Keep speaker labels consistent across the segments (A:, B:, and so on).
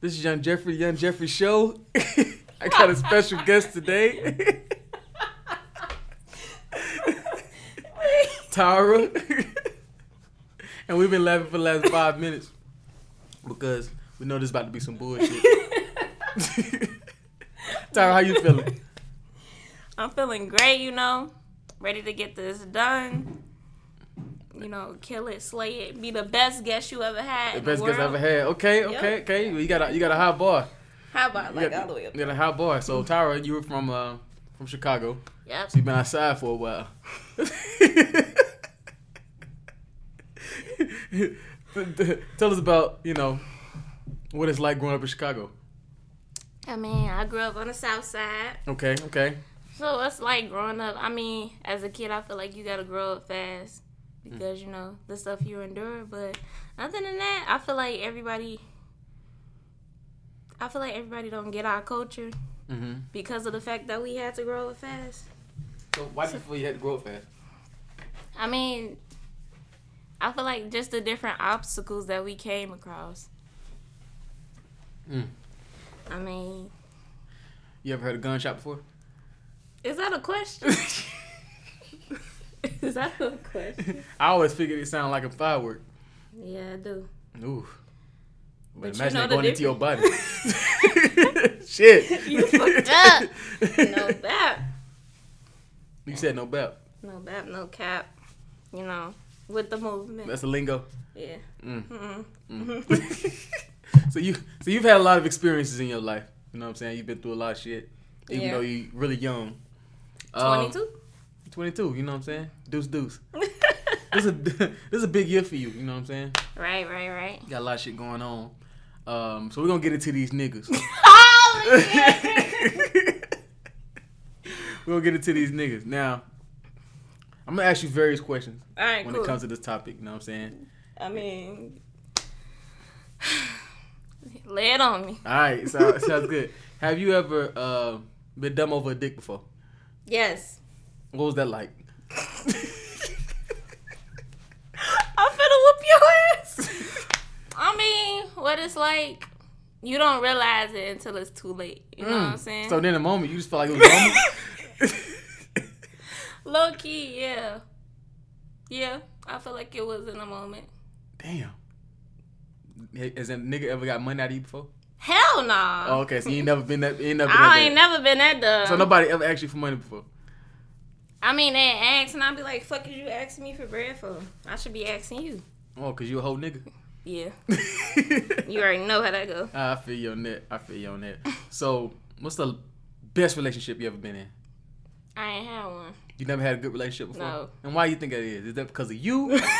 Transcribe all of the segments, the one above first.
A: This is Young Jeffrey, Young Jeffrey Show. I got a special guest today, Tara. and we've been laughing for the last five minutes because we know this about to be some bullshit. Tara, how you feeling?
B: I'm feeling great, you know. Ready to get this done. You know, kill it, slay it, be the best guest you ever had.
A: The
B: in
A: best guest I
B: world.
A: ever had. Okay, okay, okay. You got a you got a high bar.
B: How about
A: You
B: like
A: got,
B: all the way up?
A: You got a high bar. So Tara, you were from uh, from Chicago.
B: Yep.
A: So you've been outside for a while. Tell us about, you know, what it's like growing up in Chicago.
B: I mean, I grew up on the South Side,
A: Okay, okay.
B: so it's like growing up. I mean, as a kid, I feel like you gotta grow up fast because you know the stuff you endure. But other than that, I feel like everybody. I feel like everybody don't get our culture
A: Mm-hmm.
B: because of the fact that we had to grow up fast.
A: So why do you feel you had to grow up fast?
B: I mean, I feel like just the different obstacles that we came across.
A: Mm.
B: I mean,
A: You ever heard a gunshot before?
B: is that a question? is that a question?
A: I always figured it sounded like a firework.
B: Yeah, I do.
A: Ooh. But,
B: But you
A: imagine
B: know
A: it
B: the
A: going into your body.
B: difference.
A: Shit.
B: You fucked up. No bap.
A: You said no bap.
B: No bap, no cap. You know, with the movement.
A: That's a lingo.
B: yeah. Mm-hmm.
A: Mm.
B: Mm-mm.
A: So you so you've had a lot of experiences in your life. You know what I'm saying? You've been through a lot of shit. Even
B: Yeah.
A: though you really young. Um,
B: 22?
A: 22, you know what I'm saying? Deuce deuce. This is a this is a big year for you, you know what I'm saying?
B: right, right, right.
A: You got a lot of shit going on. Um, so we're gonna get into these niggas.
B: Holy
A: we're gonna get into these niggas. Now, I'm gonna ask you various questions
B: All right,
A: when
B: cool.
A: it comes to this topic, you know what I'm saying?
B: I mean, lay it on me.
A: Alright, so sounds good. Have you ever uh, been dumb over a dick before?
B: Yes.
A: What was that like?
B: I'm finna whoop your ass. I mean, what it's like, you don't realize it until it's too late. You know what I'm saying?
A: Mm. So then the moment you just felt like it was normal.
B: Low key, yeah. Yeah, I feel like it was in a moment.
A: Damn. Has a nigga ever got money out of you before?
B: Hell nah.
A: Oh, okay. So you ain't never been that. You ain't never been that
B: I ain't
A: bad.
B: never been that dumb.
A: So nobody ever asked you for money before.
B: I mean, they ask, and I'll be like, fuck is you asking me for bread for? I should be asking you.
A: Oh, cause you a whole nigga.
B: Yeah. You already know how that go.
A: I feel you on that. I feel you on that. So, what's the best relationship you ever been in?
B: I ain't had one.
A: You never had a good relationship before.
B: No.
A: And why you think that is? Is that because of you?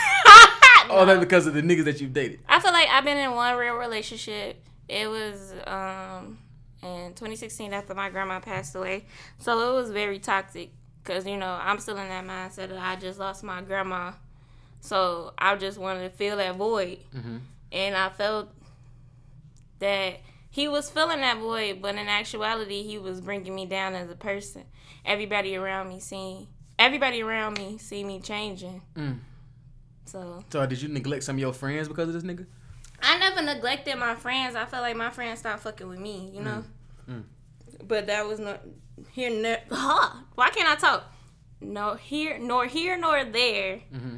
A: Or Oh, that because of the niggas that you've dated?
B: I feel like I've been in one real relationship. It was um in 2016 after my grandma passed away. So it was very toxic cuz you know, I'm still in that mindset that I just lost my grandma. So I just wanted to fill that void.
A: Mhm.
B: And I felt that he was filling that void, but in actuality, he was bringing me down as a person. Everybody around me seen everybody around me see me changing.
A: Mm.
B: So
A: So, uh, did you neglect some of your friends because of this nigga?
B: I never neglected my friends. I felt like my friends stopped fucking with me, you know.
A: Mm.
B: But that was not here. Nor, huh, why can't I talk? No here, nor here, nor there.
A: Mm-hmm.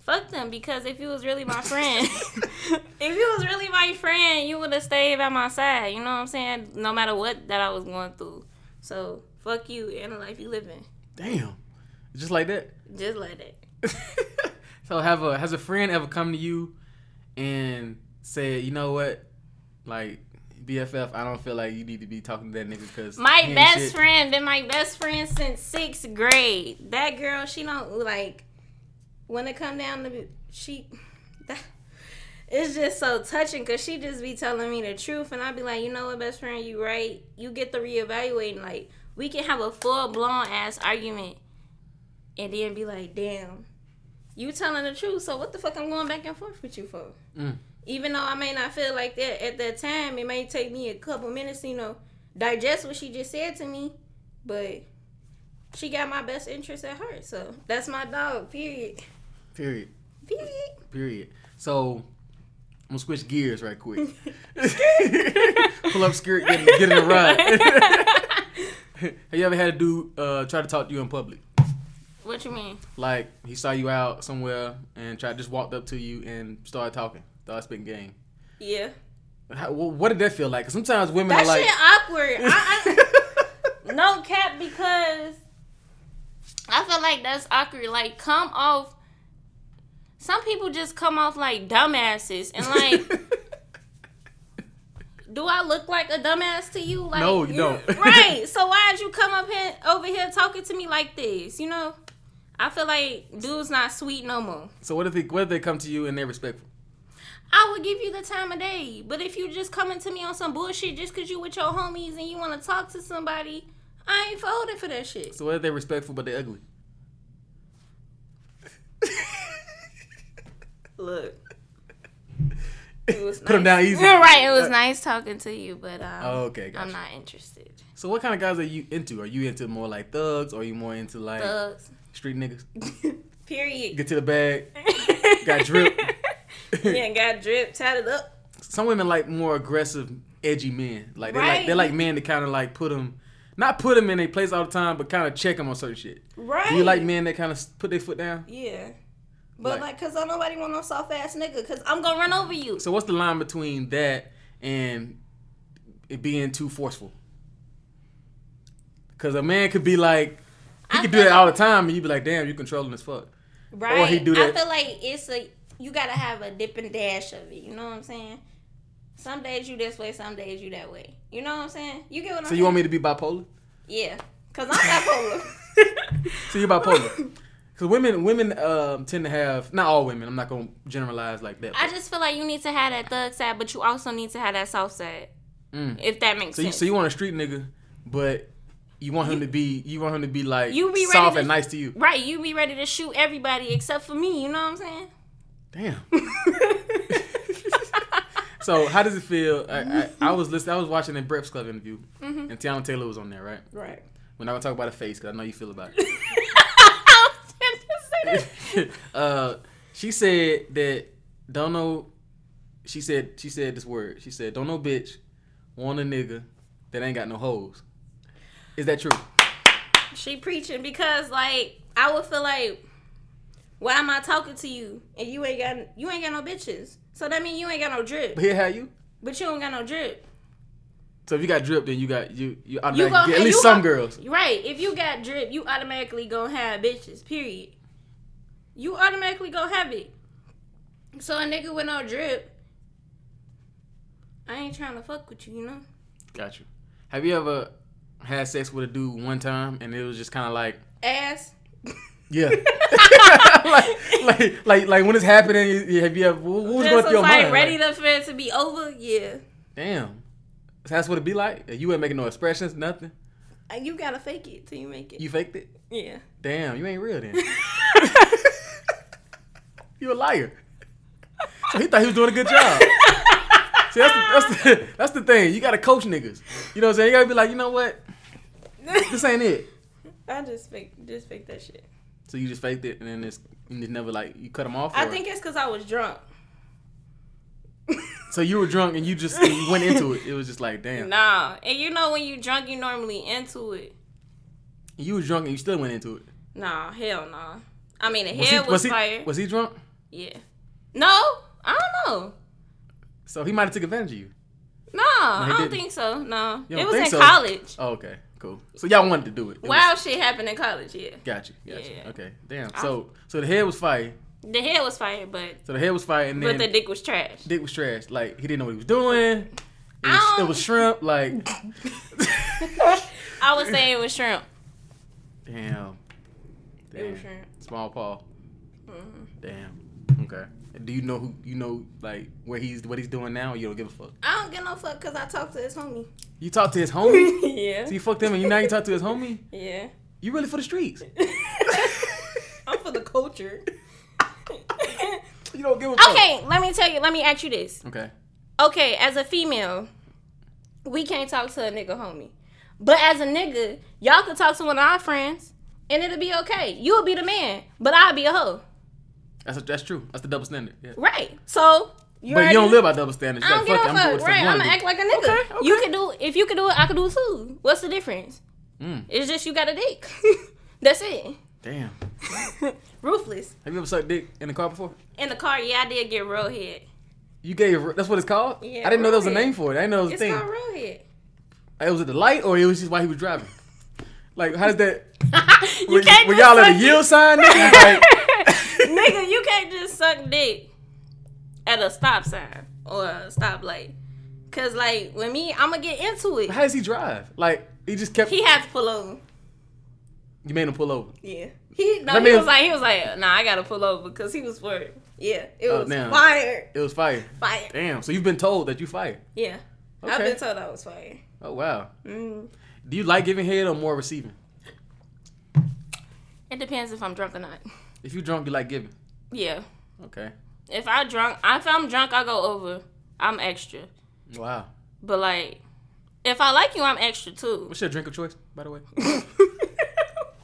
B: Fuck them because if you was really my friend, if you was really my friend, you would have stayed by my side. You know what I'm saying? No matter what that I was going through. So fuck you and the life you living,
A: Damn. Just like that.
B: just like that.
A: so have a has a friend ever come to you and said, you know what, like BFF, I don't feel like you need to be talking to that nigga because
B: My best friend been my best friend since sixth grade. That girl, she don't like when it come down to be- she. That, it's just so touching because she just be telling me the truth, and I be like, you know what, best friend, you right. You get to reevaluating. Like we can have a full blown ass argument, and then be like, damn, you telling the truth. So what the fuck I'm going back and forth with you for?
A: Mm.
B: Even though I may not feel like that at that time, it may take me a couple minutes, you know digest what she just said to me, but she got my best interest at heart. So that's my dog, period.
A: Period.
B: Period.
A: Period. So I'm gonna switch gears right quick. pull up skirt, get, in- get in a ride. Have you ever had a dude uh, try to talk to you in public?
B: what you mean?
A: Like he saw you out somewhere and tried just walked up to you and started talking, started spitting game.
B: Yeah.
A: How, wh- what did that feel like? 'Cause sometimes women
B: That
A: are like,
B: shit awkward. I, I, no cap because I feel like that's awkward. Like come off. Some people just come off like dumbasses, and like, do I look like a dumbass to you? Like,
A: No, you don't.
B: right. So why'd you come up here over here talking to me like this? You know, I feel like dude's not sweet no more.
A: so what if they what if they come to you and they're respectful?
B: I would give you the time of day. But if you just coming to me on some bullshit just because you with your homies and you want to talk to somebody, I ain't folding for that shit.
A: So what if they're respectful but they're ugly?
B: Look. It was
A: Put 'em down easy. Uh,
B: You're right. It was nice talking to you, but um,
A: Oh, okay, gotcha.
B: I'm not interested.
A: So what kind of guys are you into? Are you into more like thugs or are you more into like
B: Thugs.
A: street niggas?
B: Period.
A: Get to the bag. Got drip.
B: yeah, got drip, tatted up.
A: Some women like more aggressive, edgy men. Like they like
B: Right.
A: they like men to kind of like put them, not put them in a place all the time, but kind of check them on certain shit.
B: Right.
A: Do you like men that kind of put their foot down?
B: Yeah.
A: Like-
B: But like, cause don't nobody want no soft ass nigga, cause I'm gonna run over you.
A: So what's the line between that and it being too forceful? Because a man could be like, he
B: I
A: could do that
B: feel-
A: all the time, and you'd be like, damn, you controlling as fuck.
B: Right.
A: Oh, he do that-
B: I feel like it's a you gotta have a dip and dash of it. You know what I'm saying? Some days you this way, some days you that way. You know what I'm saying? You get what I'm
A: So
B: saying?
A: you want me to be bipolar?
B: yeah, cause I'm bipolar.
A: So you're bipolar. Because women, women um, tend to have not all women. I'm not gonna generalize like that.
B: I just feel like you need to have that thug side, but you also need to have that soft side.
A: Mm.
B: If that makes
A: so you,
B: sense.
A: so you want a street nigga, but you want him to be you want him to be like
B: You be ready
A: soft
B: to-
A: and nice to you.
B: right, you be ready to shoot everybody except for me. You know what I'm saying?
A: Damn. So how does it feel? I, I, I was listening. I was watching a Breakfast Club interview,
B: Mm-hmm.
A: and Tiana Taylor was on there, right?
B: right.
A: We're not gonna talk about her face because I know you feel about it.
B: I was gonna say that.
A: uh, she said that don't know. She said she said this word. She said don't know bitch, want a nigga that ain't got no hoes. Is that true?
B: She preaching because like I would feel like, why am I talking to you and you ain't got you ain't got no bitches? So that mean you ain't got no drip,
A: But here how you.
B: but you don't got no drip.
A: So if you got drip, then you got you you
B: You
A: automatically
B: gon-
A: get at least
B: you
A: some
B: gon-
A: girls.
B: Right? If you got drip, you automatically gonna have bitches. Period. You automatically gonna have it. So a nigga with no drip, I ain't trying to fuck with you, you know.
A: Got you. Have you ever had sex with a dude one time and it was just kind of like
B: Ass.
A: Yeah. like, like, like, like when it's happening, you- you- have you ever, what was
B: Just
A: going
B: was
A: through your
B: like
A: mind?
B: ready
A: Like,
B: to for it to be over. Yeah.
A: damn. So that's what it be like? You ain't making no expressions, nothing.
B: And Uh, You gotta fake it till you make it.
A: You faked it?
B: yeah.
A: Damn, you ain't real then. you a liar. So he thought he was doing a good job. See, that's the, that's the, that's the thing. You got to coach niggas. You know what I'm saying? You got to be like, you know what? This ain't it.
B: I just fake, just fake that shit.
A: So you just faked it and then it's, you just never like, you cut them off?
B: I
A: or-
B: think it's because I was drunk.
A: So you were drunk and you just you went into it. It was just like, damn.
B: Nah, and you know when you drunk, you normally into it.
A: You was drunk and you still went into it.
B: Nah, hell nah. I mean, the
A: Was
B: head
A: he,
B: was,
A: was, he,
B: fire.
A: was he drunk?
B: yeah. No, I don't know.
A: So he might have took advantage of you.
B: No, I
A: he
B: don't
A: didn't.
B: think so. No,
A: You
B: it
A: don't
B: was
A: think
B: in
A: so?
B: college.
A: Oh, okay, cool. So y'all wanted to do it. it
B: Wow,
A: Was,
B: shit happened in college. Yeah,
A: got you. Got you.
B: Yeah.
A: Okay. Damn. So so the head was fire.
B: the head was fire, but
A: So the head was fire, and
B: but
A: then
B: the dick was trash.
A: dick was trash. Like he didn't know what he was doing. It was,
B: I
A: it
B: don't-
A: was shrimp. Like
B: I would say it was shrimp.
A: damn.
B: It
A: Damn.
B: was shrimp.
A: Small paw.
B: Mhm.
A: Damn. Okay. Do you know who you know like where he's what he's doing now? Or you don't give a fuck.
B: I don't get no fuck because I talked to his homie.
A: You talk to his homie.
B: yeah.
A: so you fucked him, and you now you talk to his homie.
B: Yeah.
A: You really for the streets.
B: I'm for the culture.
A: You don't give a fuck.
B: okay, let me tell you. Let me ask you this.
A: Okay.
B: Okay, as a female, we can't talk to a nigga homie, but as a nigga, y'all could talk to one of our friends, and it'll be okay. You'll be the man, but I'll be a hoe,
A: That's that's true. That's the double standard. Yeah.
B: right? So You
A: but you
B: already-
A: don't live by double standards.
B: I
A: You're
B: don't
A: like,
B: give
A: fuck
B: a
A: it, I'm
B: fuck.
A: doing what the fuck
B: right. I'm
A: I
B: gonna
A: wanna
B: act like a nigga.
A: Okay, okay.
B: You can do if you can do it, I can do it too. What's the difference?
A: do. Mm,
B: It's just you got a dick. That's it.
A: damn.
B: Ruthless.
A: Have you ever sucked dick in the car before?
B: In the car, yeah, I did get roll head.
A: You gave that's what it's called.
B: Yeah,
A: I didn't know there was a
B: right.
A: name for it. I didn't know there was a
B: It's
A: thing.
B: called roll head.
A: It was at the light, or it was just while he was driving. Like, how does that?
B: you
A: Were,
B: can't
A: were
B: just
A: y'all at
B: suck
A: a yield sign? Nigga?
B: dick.
A: Like,
B: nigga, you can't just suck dick at a stop sign or a stoplight. Cause like with me, I'ma get into it.
A: how does he drive? Like, he just kept.
B: He had to pull over.
A: you made him pull over.
B: Yeah. He no,
A: That
B: he
A: means-
B: was like he was like, nah, I gotta pull over because he was for it. Yeah. It
A: Oh,
B: was
A: damn.
B: fire.
A: It was fire.
B: Fire.
A: Damn. So you've been told that you fired.
B: Yeah. I've
A: Okay.
B: been told I was fire.
A: Oh wow.
B: Mm.
A: Do you like giving head or more receiving?
B: It depends if I'm drunk or not.
A: If you drunk, you like giving.
B: Yeah.
A: Okay.
B: If I drunk if I'm drunk, I go over. I'm extra.
A: Wow.
B: But like if I like you, I'm extra too.
A: What's your drink of choice, by the way?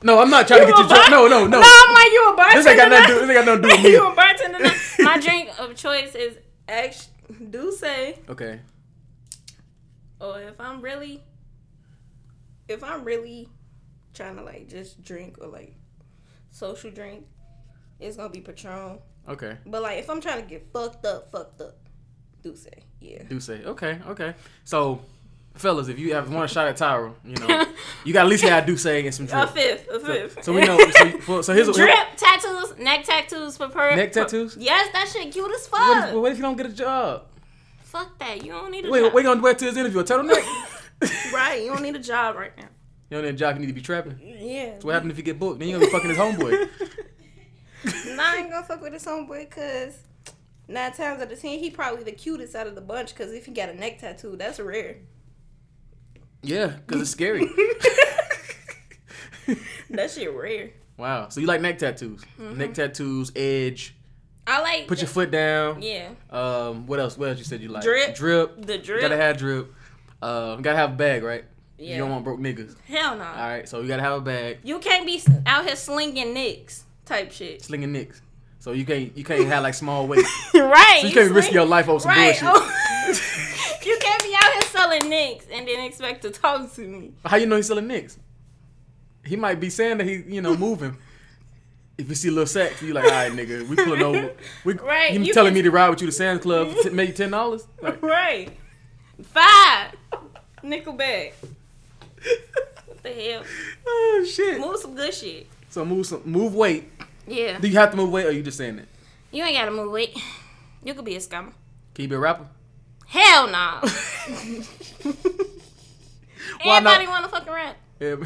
A: No, I'm not trying to get you
B: a
A: drunk.
B: bar-
A: No, no, no.
B: No, I'm like you a bartender.
A: This ain't got nothing to do.
B: now?
A: This ain't got nothing to do with me.
B: you a bartender. now? My drink of choice is ex Douce.
A: Okay.
B: Or if I'm really, if I'm really trying to like just drink or like social drink, it's gonna be Patron.
A: Okay.
B: But like if I'm trying to get fucked up, fucked up, Douce. Yeah.
A: Do say. Okay. Okay. So, fellas, if you have one shot at Tyra, you know, you got at least have do say and some
B: A
A: drip.
B: fifth, a fifth.
A: So we know. So, well, so here's what.
B: Drip tattoos, neck tattoos for per.
A: Neck tattoos?
B: Yes, that shit cute as fuck.
A: What if, what if you don't get a job?
B: Fuck that. You don't need a
A: Wait,
B: job.
A: we gonna wear to his interview a turtleneck.
B: Right, you don't need a job right now.
A: You know that job you need to be trapping.
B: Yeah.
A: So what happens if you get booked? Then you gonna be fucking his homeboy.
B: Nah, I ain't gonna fuck with this homeboy because nine times out of ten, he probably the cutest out of the bunch. Because if he got a neck tattoo, that's rare.
A: Yeah, cause it's scary.
B: That shit rare.
A: wow. So you like neck tattoos? Neck tattoos, edge.
B: I like
A: Put
B: the,
A: your foot down.
B: Mm-hmm. yeah
A: Um, what else? What else you said you like?
B: Drip.
A: Drip.
B: the drip.
A: Gotta have drip. Um, gotta have a bag, right?
B: yeah.
A: You don't want broke niggas.
B: Hell no.
A: All right, so you gotta have a bag,
B: You can't be out here slinging nicks type shit.
A: slinging nicks. So you can't you can't have like small weight.
B: right.
A: So you can't risk
B: sling-
A: your life over some
B: right.
A: bullshit.
B: Oh. you can't be out here selling nicks and then expect to talk to me.
A: How you know he's selling nicks? He might be saying that he you know moving. If you see little sex, you like, all right, nigga, we pulling over. We,
B: Right,
A: You,
B: you
A: telling
B: can-
A: me to ride with you to Sam's Club for t- maybe ten dollars?
B: Right. Five. Nickelback. What the hell?
A: oh shit.
B: Move some good shit.
A: So move some move weight.
B: Yeah.
A: Do you have to move weight, or you just saying that?
B: You ain't gotta move weight. You could be a scammer.
A: Can you be a rapper?
B: Hell no.
A: Why not?
B: Everybody wanna fucking rap.
A: Yeah.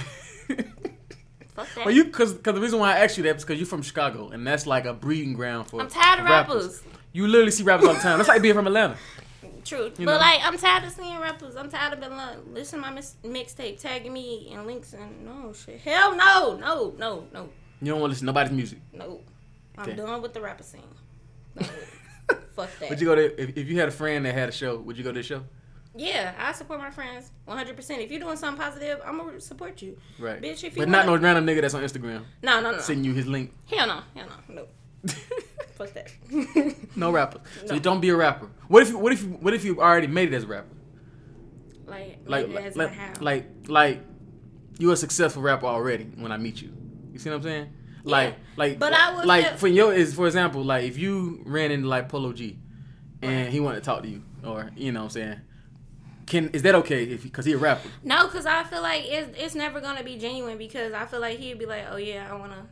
B: Fuck that.
A: well, you because because the reason why I asked you that is because you're from Chicago, and that's like a breeding ground for.
B: I'm tired of rappers.
A: You literally see rappers all the time. That's like being from Atlanta.
B: True. But
A: know.
B: like I'm tired of seeing rappers. I'm tired of being like, listen to my mis- mixtape, tagging me and links and no shit. Hell no, no, no, no,
A: You don't want to listen to nobody's music.
B: no. I'm
A: Okay.
B: done with the rapper scene. No. Fuck that.
A: Would you go to if, if you had a friend that had a show? Would you go to the show?
B: yeah, I support my friends 100. percent If you're doing something positive, I'm gonna support you.
A: Right.
B: Bitch, if you
A: but not no
B: wanna-
A: random nigga that's on Instagram
B: No, no, no.
A: sending you his link.
B: Hell no, hell no, no. Fuck that.
A: no rappers. So
B: No.
A: don't be a rapper. What if you what if you what if you already made it as a rapper?
B: like,
A: Like
B: like,
A: like
B: like,
A: like, like you a successful rapper already when I meet you. You see what I'm saying? Like
B: Yeah.
A: like
B: But I would
A: like
B: feel-
A: for your is for example like if you ran into like Polo G, and he wanted to talk to you or you know what I'm saying. Can is that okay if because he a rapper?
B: no, because I feel like it's it's never gonna be genuine because I feel like he'd be like, oh yeah, I wanna,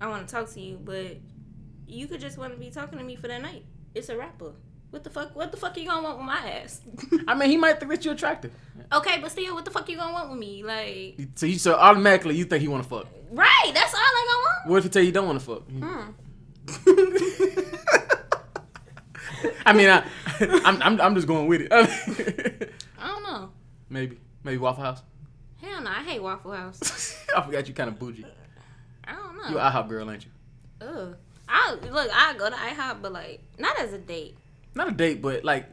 B: I wanna talk to you, but you could just wanna be talking to me for the night. It's a rapper. What the fuck? What the fuck you gonna want with my ass?
A: I mean, he might think that you're attractive.
B: okay, but still, what the fuck you gonna want with me? Like,
A: So you so automatically you think he want to fuck.
B: right? That's all I Hmm,
A: What if he tell you he don't want to fuck?
B: gonna want.
A: I mean, I, I'm, I'm I'm just going with it.
B: Hmm. I don't know.
A: maybe maybe Waffle House.
B: Hell no, I hate Waffle House.
A: I forgot you kind of bougie.
B: I don't know.
A: You a IHOP girl, ain't you?
B: Ugh. I look. I go to IHOP, but like not as a date.
A: Not a date, but like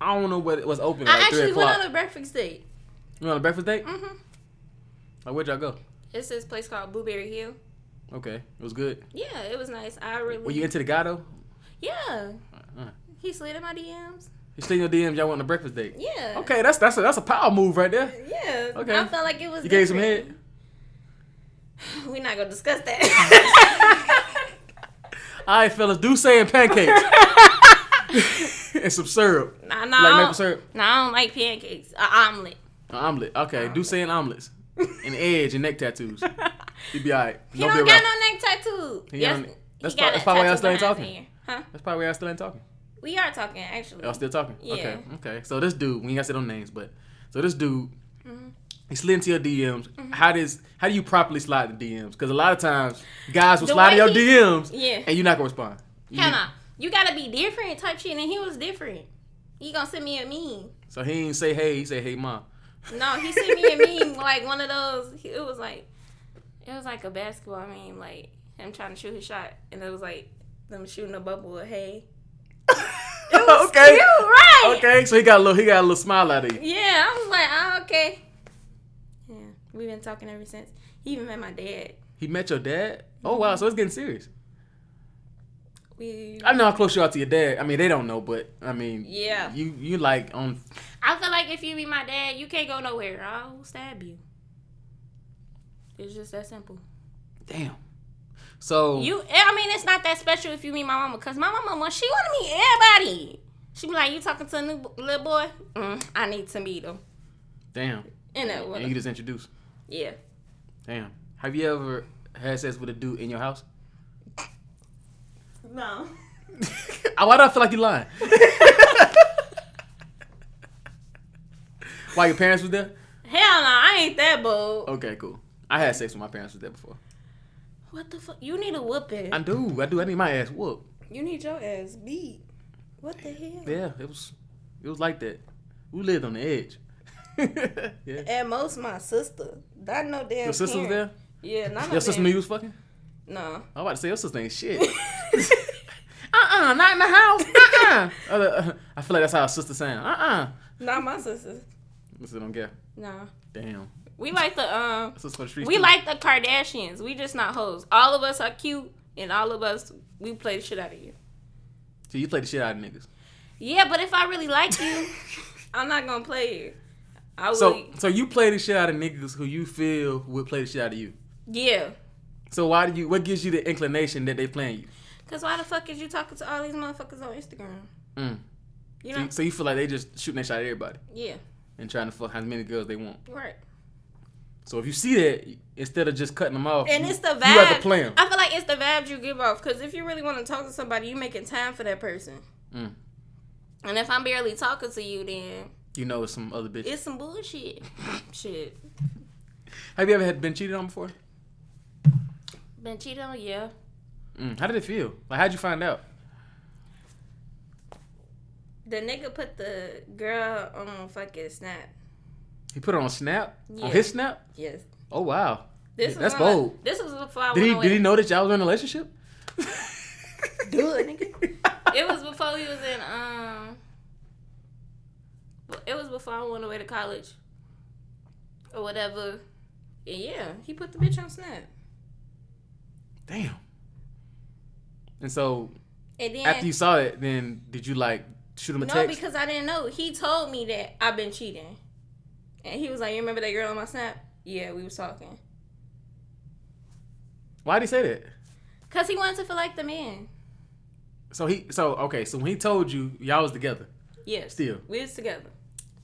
A: I don't know what it was open at
B: I
A: like three
B: actually went
A: o'clock.
B: on a breakfast date.
A: you on a breakfast date?
B: Mm-hmm.
A: Like where'd y'all go?
B: It's this place called Blueberry Hill.
A: Okay, it was good.
B: Yeah, it was nice. I really.
A: Were you into the guy though?
B: yeah.
A: Uh,
B: He slid in my DMs.
A: He slid in your DMs. Y'all went on a breakfast date.
B: Yeah.
A: Okay, that's that's a, that's a power move right there.
B: Yeah.
A: Okay.
B: I felt like it was.
A: You gave some
B: different.
A: head.
B: We're not gonna discuss that.
A: All right, fellas, do saying pancakes and some syrup,
B: nah,
A: like
B: nah, I
A: maple
B: don't-
A: syrup,
B: nah, I don't like pancakes. An omelet.
A: an omelet. Okay, do saying omelets, and edge and neck tattoos. You be all right.
B: He don't, got no neck tattoo.
A: He
B: yes,
A: don't-
B: he
A: that's
B: got
A: prob- that's
B: a
A: probably why y'all
B: tattoo
A: still ain't
B: behind
A: talking.
B: his ear. Huh?
A: That's probably why I still ain't talking.
B: We are talking actually.
A: Y'all still talking? Okay,
B: Yeah.
A: okay. So this dude, we ain't gotta say no names, but so this dude,
B: Mhm.
A: he slid into your DMs.
B: Mm-hmm.
A: How does how do you properly slide the DMs? Because a lot of times guys will
B: The
A: slide in your
B: way he-
A: DMs
B: yeah.
A: and you're not gonna respond. You-
B: Hell no. You gotta be different type shit, and he was different. He gonna send me a meme.
A: So he ain't say hey, he say hey mom.
B: No, he sent me a meme like one of those. he- It was like, it was like a basketball meme, like him trying to shoot his shot, and it was like them shooting a bubble of hay. It was
A: okay.
B: cute, right?
A: Okay, so he got a little he got a little smile out of you.
B: Yeah, I was like, oh, okay. Yeah, we've been talking ever since. He even met my dad.
A: He met your dad? Oh wow, so it's getting serious.
B: We,
A: I know how close you are to your dad. I mean they don't know, but I mean
B: Yeah.
A: You you like um, on
B: I feel like if you be my dad, you can't go nowhere. I'll stab you. It's just that simple.
A: damn. So
B: You, I mean, it's not that special if you meet my mama, cause my mama, want- she want to meet everybody. She be like, you talking to a new b- little boy? Mm, I need to meet him.
A: damn.
B: You know
A: And
B: what?
A: you just introduced.
B: Yeah.
A: Damn. Have you ever had sex with a dude in your house?
B: No.
A: Why do I feel like you're lying? Why your parents was there?
B: Hell no, I ain't that bold.
A: Okay, cool. I had sex with my parents was there before.
B: What the fuck? You need a whooping.
A: I do, I do. I need my ass whooped.
B: you need your ass beat. What the hell?
A: Yeah, it was, it was like that. We lived on the edge. yeah.
B: At most, my sister. Not no damn.
A: Your sister was there.
B: Yeah, not
A: Your sister knew you was fucking.
B: No.
A: I'm about to say your sister ain't shit. Uh-uh, not in the house. Uh-uh. Uh, uh, I feel like that's how a sister sound. Uh-uh.
B: not my sister.
A: Sister don't care.
B: No.
A: Damn.
B: We like the um.
A: Sister for the streets.
B: We
A: too.
B: like the Kardashians. We just not hoes. All of us are cute, and all of us we play the shit out of you.
A: So you play the shit out of niggas.
B: Yeah, but if I really like you, I'm not gonna play you. I would.
A: So so you play the shit out of niggas who you feel would play the shit out of you.
B: yeah.
A: So why do you? What gives you the inclination that they playing you?
B: Cause why the fuck is you talking to all these motherfuckers on Instagram?
A: Mm.
B: You
A: So,
B: know?
A: you, so you feel like they just shooting that shot at everybody
B: Yeah.
A: and trying to fuck as many girls they want.
B: you're Right.
A: So if you see that, instead of just cutting them off,
B: And
A: you,
B: it's the vibe.
A: You have to play them.
B: I feel like it's the vibe you give off. Cause if you really want to talk to somebody, you making time for that person.
A: Mm.
B: And if I'm barely talking to you, then
A: You know it's some other bitch.
B: it's some bullshit. shit.
A: Have you ever had been cheated on before?
B: Been cheated on, yeah.
A: Mm. How did it feel? Like how'd you find out?
B: The nigga put the girl on fucking snap.
A: He put it on Snap.
B: Yeah.
A: On his Snap.
B: Yes.
A: Oh wow.
B: This
A: That's
B: when I-
A: bold.
B: this was before I
A: Did he
B: went
A: did he
B: away.
A: know that y'all was in a relationship?
B: Do it, nigga. It was before he was in um. It was before I went away to college, or whatever. And yeah, he put the bitch on snap.
A: Damn. And so
B: And then
A: after you saw it, then did you like shoot him a
B: no,
A: text?
B: because I didn't know. He told me that I've been cheating, and he was like, "You remember that girl on my snap? Yeah, we was talking."
A: Why did he say that?
B: Cause he wanted to feel like the man.
A: So he so okay, so when he told you y'all was together
B: Yes,
A: still.
B: we was together.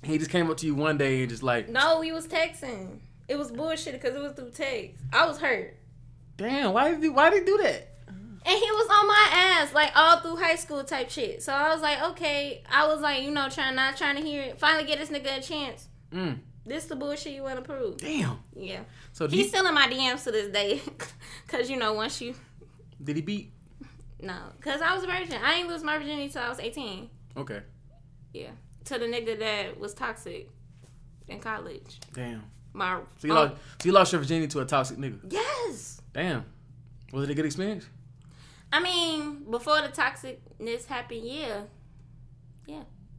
A: He just came up to you one day and just like,
B: No, we was texting. It was bullshit because it was through text. I was hurt.
A: "Damn, why did he, why did he do that?"
B: And he was on my ass, like all through high school type shit. So I was like, okay. I was like, you know, trying not trying to hear it. Finally get this nigga a chance.
A: Mm,
B: This the bullshit you wanna prove.
A: damn.
B: Yeah.
A: So did
B: He's
A: he,
B: still in my DMs to this day. Cause you know, once you
A: did he beat?
B: no. Cause I was a virgin. I didn't lose my virginity till I was eighteen.
A: Okay.
B: Yeah. To the nigga that was toxic in college.
A: Damn.
B: My
A: So you
B: oh,
A: lost so you lost your virginity to a toxic nigga.
B: Yes.
A: Damn. Was it a good experience?
B: I mean, before the toxicness happened, yeah.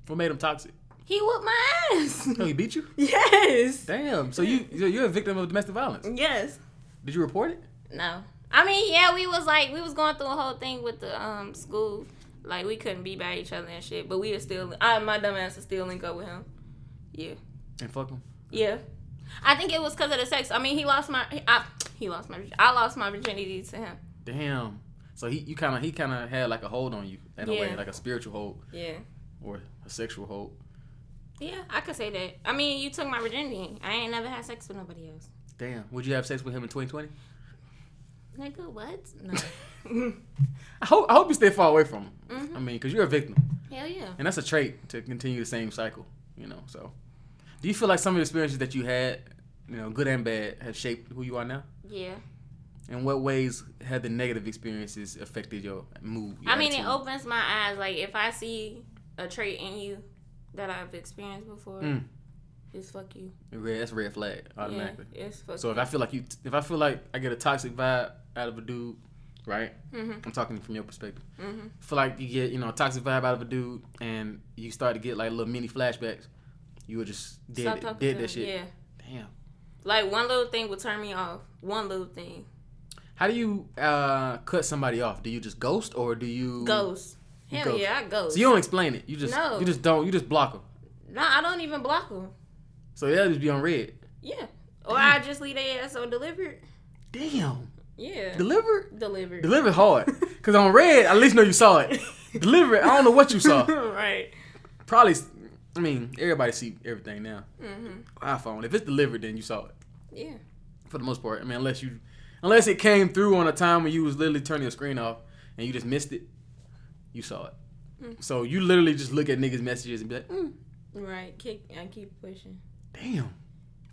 A: What made him toxic?
B: He whooped my ass.
A: No, he beat you.
B: yes.
A: Damn. So you you're you're a victim of domestic violence.
B: Yes.
A: Did you report it?
B: No. I mean, yeah, we was like we was going through a whole thing with the um school. Like we couldn't be by each other and shit, but we are still. I my dumb ass is still link up with him. Yeah,
A: And fuck him.
B: yeah. I think it was because of the sex. I mean, he lost my. I, he lost my. I lost my virginity to him.
A: Damn. So he you kind of he kind of had like a hold on you in a way,
B: Yeah.
A: like a spiritual hold
B: Yeah,
A: or a sexual hold.
B: yeah. I could say that. I mean, you took my virginity. I ain't never had sex with nobody else.
A: Damn. Would you have sex with him in 2020?
B: Nigga, what? No.
A: I hope I hope you stay far away from him.
B: Mhm.
A: I mean, because you're a victim,
B: Hell yeah.
A: and that's a trait to continue the same cycle. You know. So, do you feel like some of the experiences that you had, you know, good and bad, have shaped who you are now?
B: Yeah.
A: In what ways have the negative experiences affected your mood? your
B: I mean, it
A: attitude?
B: opens my eyes. Like, if I see a trait in you that I've experienced before,
A: Mm.
B: it's fuck you.
A: Red, that's a red flag automatically.
B: Yeah, it's fuck
A: So if I feel like you, if I feel like I get a toxic vibe out of a dude, right?
B: Mhm.
A: I'm talking from your perspective.
B: Mhm.
A: Feel like you get, you know, a toxic vibe out of a dude, and you start to get like little mini flashbacks. You would just
B: Stop
A: dead, dead
B: talking to
A: that
B: them.
A: shit.
B: Yeah.
A: Damn.
B: Like, one little thing would turn me off. One little thing.
A: How do you uh, cut somebody off? Do you just ghost or do you
B: Ghost. Hell
A: ghost.
B: yeah, I ghost.
A: So you don't explain it. You just
B: No.
A: you just don't. You just block them.
B: no, I don't even block them.
A: So they'll just be on red.
B: Yeah. Or I just leave their ass on delivered.
A: Damn.
B: Yeah.
A: Delivered.
B: delivered.
A: Delivered hard. Cause on red, I at least know you saw it. Delivered. I don't know what you saw.
B: right.
A: Probably. I mean, everybody see everything now.
B: hmm
A: iPhone. If it's delivered, then you saw it
B: Yeah.
A: for the most part. I mean, unless you, unless it came through on a time when you was literally turning your screen off and you just missed it, you saw it.
B: Mm.
A: So you literally just look at niggas' messages and be like, mm,
B: Right. Kick. I keep pushing.
A: damn.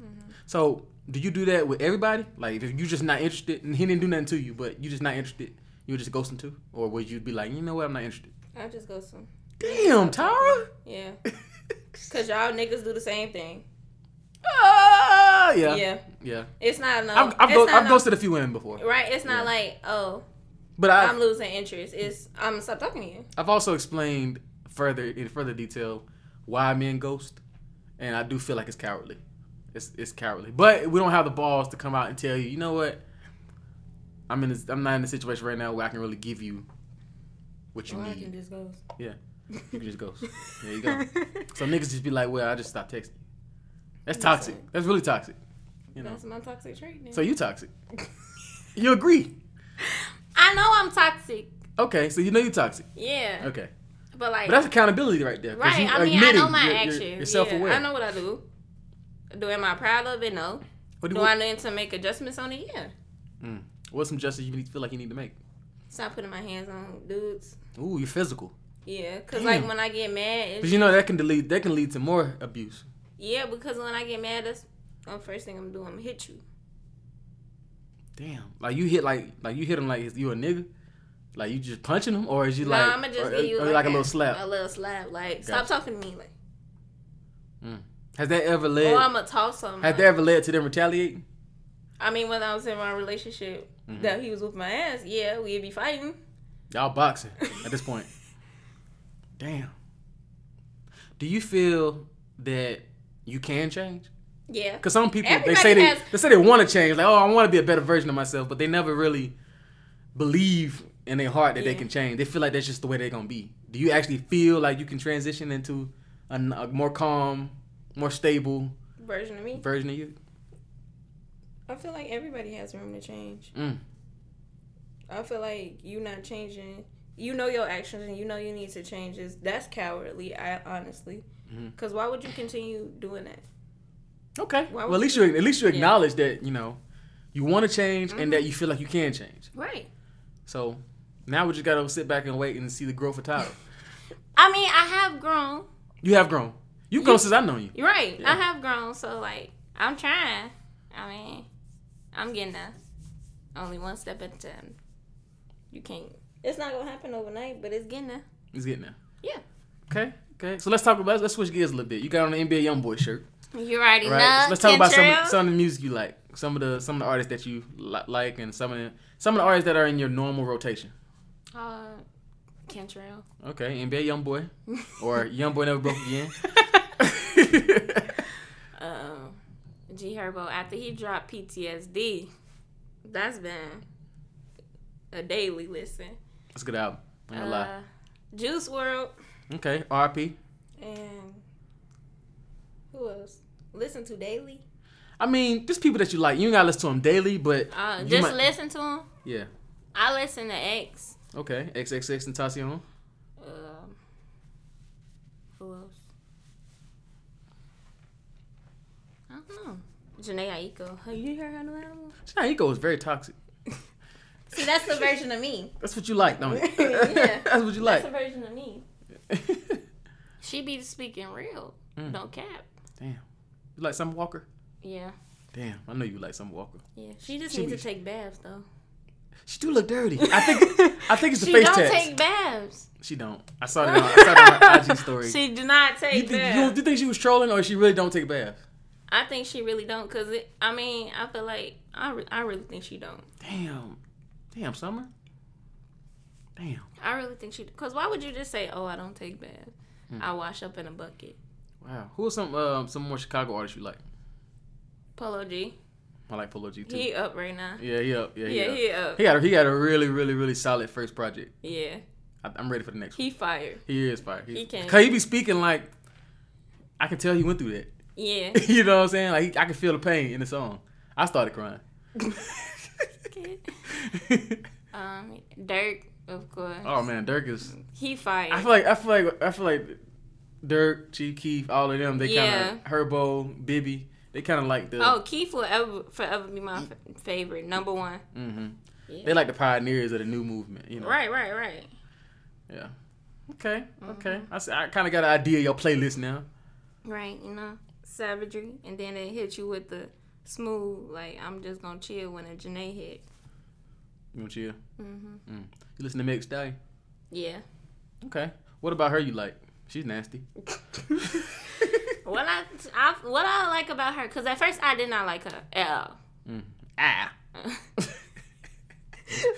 B: Mhm.
A: So do you do that with everybody? Like, if you just not interested, and he didn't do nothing to you, but you just not interested, you would just ghost him too, or would you be like, you know what, I'm not interested?
B: I just ghost them.
A: Damn, Tyra.
B: Yeah. Cause y'all niggas do the same thing.
A: Ah, yeah,
B: Yeah.
A: yeah. yeah.
B: It's not enough.
A: I've, I've,
B: it's
A: go,
B: not
A: I've
B: no-
A: ghosted a few women before,
B: Right? It's not
A: Yeah.
B: like, oh,
A: but I,
B: I'm losing interest. It's I'm gonna stop talking to you.
A: I've also explained further in further detail why men ghost, and I do feel like it's cowardly. It's it's cowardly, but we don't have the balls to come out and tell you. You know what? I'm in. This, I'm not in a situation right now where I can really give you what you
B: Or I
A: need.
B: can just go.
A: you can just ghost. There you go. So niggas just be like, "Well, I just stopped texting." That's toxic.
B: Listen.
A: That's really toxic. You know.
B: That's my toxic trait. Then.
A: So you toxic. You agree?
B: I know I'm toxic.
A: Okay. So you know you toxic.
B: Yeah.
A: Okay.
B: But like
A: Uh, But that's accountability right there. 'cause
B: right.
A: you
B: I mean I
A: admitting
B: know my
A: you're- you're-
B: actions.
A: You're self-aware.
B: Yeah, I know what I do. Do am I proud of it? No.
A: What do
B: Do
A: you,
B: I need to make adjustments on it? Yeah.
A: What's some justice you need- feel like you need to make?
B: Stop putting my hands on dudes.
A: Ooh, you're physical.
B: Yeah. Cause
A: Damn.
B: like when I get mad, it's
A: But you know that can delete that can lead to more abuse.
B: yeah. Because when I get mad, that's the first thing I'm doing. I'm gonna hit you.
A: Damn. Like you hit like like you hit him like is you a nigga? Like you just punching him or is you
B: No,
A: like
B: I'm gonna just
A: or,
B: give you
A: or like, a little
B: A
A: slap?
B: little slap. Like, stop talking to me. Like, oh,
A: Has that ever
B: or
A: led
B: I'm gonna toss him.
A: has
B: Like,
A: that ever led to them retaliating?
B: I mean, when I was in my relationship
A: Mm-hmm.
B: that he was with my ass, yeah, we'd be fighting.
A: Y'all boxing at this point. Damn. Do you feel that you can change?
B: Yeah.
A: Because some people they
B: Everybody
A: say they,
B: has-
A: they say they want to change, like oh I want to be a better version of myself, but they never really believe in their heart that they
B: Yeah.
A: can change. They feel like that's just the way they're gonna be. Do you actually feel like you can transition into a, n- a more calm, more stable
B: Version of me.
A: version of you?
B: I feel like everybody has room to change.
A: Mm.
B: I feel like you not changing. You know your actions and you know you need to change this. That's cowardly, I honestly.
A: Mhm.
B: Because why would you continue doing that?
A: Okay.
B: Why
A: Well, at
B: would
A: least you at least you
B: Yeah. Mm-hmm.
A: acknowledge that you know you want to change and that you feel like you can change.
B: Right.
A: So now we just gotta sit back and wait and see the growth of Tyler.
B: I mean, I have grown.
A: you have grown. You've grown since I know you.
B: You're right.
A: Yeah.
B: I have grown. So, like, I'm trying. I mean, I'm getting there. Only one step at a time. You can't. It's not going to happen overnight, but it's getting there.
A: It's getting there.
B: Yeah.
A: Okay. Okay. So let's talk about let's switch gears a little bit. You got on the NBA YoungBoy shirt.
B: You already
A: Right.
B: know.
A: So let's talk about some
B: Kentrell.
A: some of the music you like, some of the some of the artists that you li- like, and some of the, some of the artists that are in your normal rotation.
B: Uh, Kentrell.
A: Okay, NBA YoungBoy or YoungBoy Never Broke Again.
B: um, G Herbo after he dropped PTSD. That's been a daily listen.
A: That's a good album. I'm gonna lie.
B: Uh, Juice World
A: Okay, RP.
B: and who else? Listen to daily.
A: I mean, just people that you like. You ain't gotta listen to them daily, but
B: Uh,
A: you
B: just
A: might-
B: listen to him.
A: yeah.
B: I listen to X.
A: Okay, XXX Tentacion.
B: Um, who else? I don't know. Janae Aiko. Have you heard her new album?
A: Shanaiko is very toxic.
B: See, that's the version of me.
A: That's what you like, don't you?
B: Yeah.
A: That's what you like.
B: That's the version of me.
A: you
B: She be speaking real.
A: Mm.
B: No cap.
A: like Summer Walker?
B: Yeah.
A: Damn, I know you like Summer Walker.
B: Yeah. She just
A: She
B: needs
A: be-
B: to take baths though.
A: She do look dirty. I think I think it's the
B: she
A: face
B: don't
A: tats.
B: take baths.
A: She don't. I saw that on, I saw that on her IG story.
B: She do not
A: you,
B: take
A: thi- you,
B: baths.
A: you think she was trolling or she really don't take baths?
B: I think she really don't, cause it. I mean, I feel like I, re- I really think she don't.
A: Damn. Damn, Summer. Damn.
B: I really think she. Cause why would you just say, "Oh, I don't take baths.
A: Hmm.
B: I wash up in a bucket."
A: Wow. Who are some um, some more Chicago artists you like?
B: Polo G,
A: I like Polo G too.
B: he up right now.
A: yeah, he up. Yeah, he
B: Yeah,
A: up.
B: he up.
A: He got a, he got a really really really solid first project.
B: Yeah,
A: I, I'm ready for the next. one.
B: he fired.
A: He is fire.
B: He can.
A: Cause he be speaking like I can tell he went through that.
B: Yeah.
A: you know what I'm saying? Like he, I can feel the pain in the song. I started crying.
B: um, Dirk, of course.
A: oh man, Dirk is.
B: He fired.
A: I feel like I feel like I feel like Dirk, Chief Keef, all of them. They kind
B: Yeah.
A: of Herbo, Bibby. They kind of like the.
B: oh, Keith will ever forever be my f- favorite, number one.
A: hmm
B: Yeah.
A: They like the pioneers of the new movement. You know.
B: Right, Mm-hmm. right, right.
A: Yeah. Okay. Okay. I see, I kind of got an idea of your playlist now.
B: Right, you know, savagery, and then it hit you with the smooth. Like I'm just gonna chill when a Janae hit.
A: You want to chill?
B: hmm
A: You listen to Meg Stallion?
B: Yeah.
A: Okay. What about her? You like? She's nasty.
B: What I, I what I like about her, cause at first I did not like her at all.
A: Mm. Ah.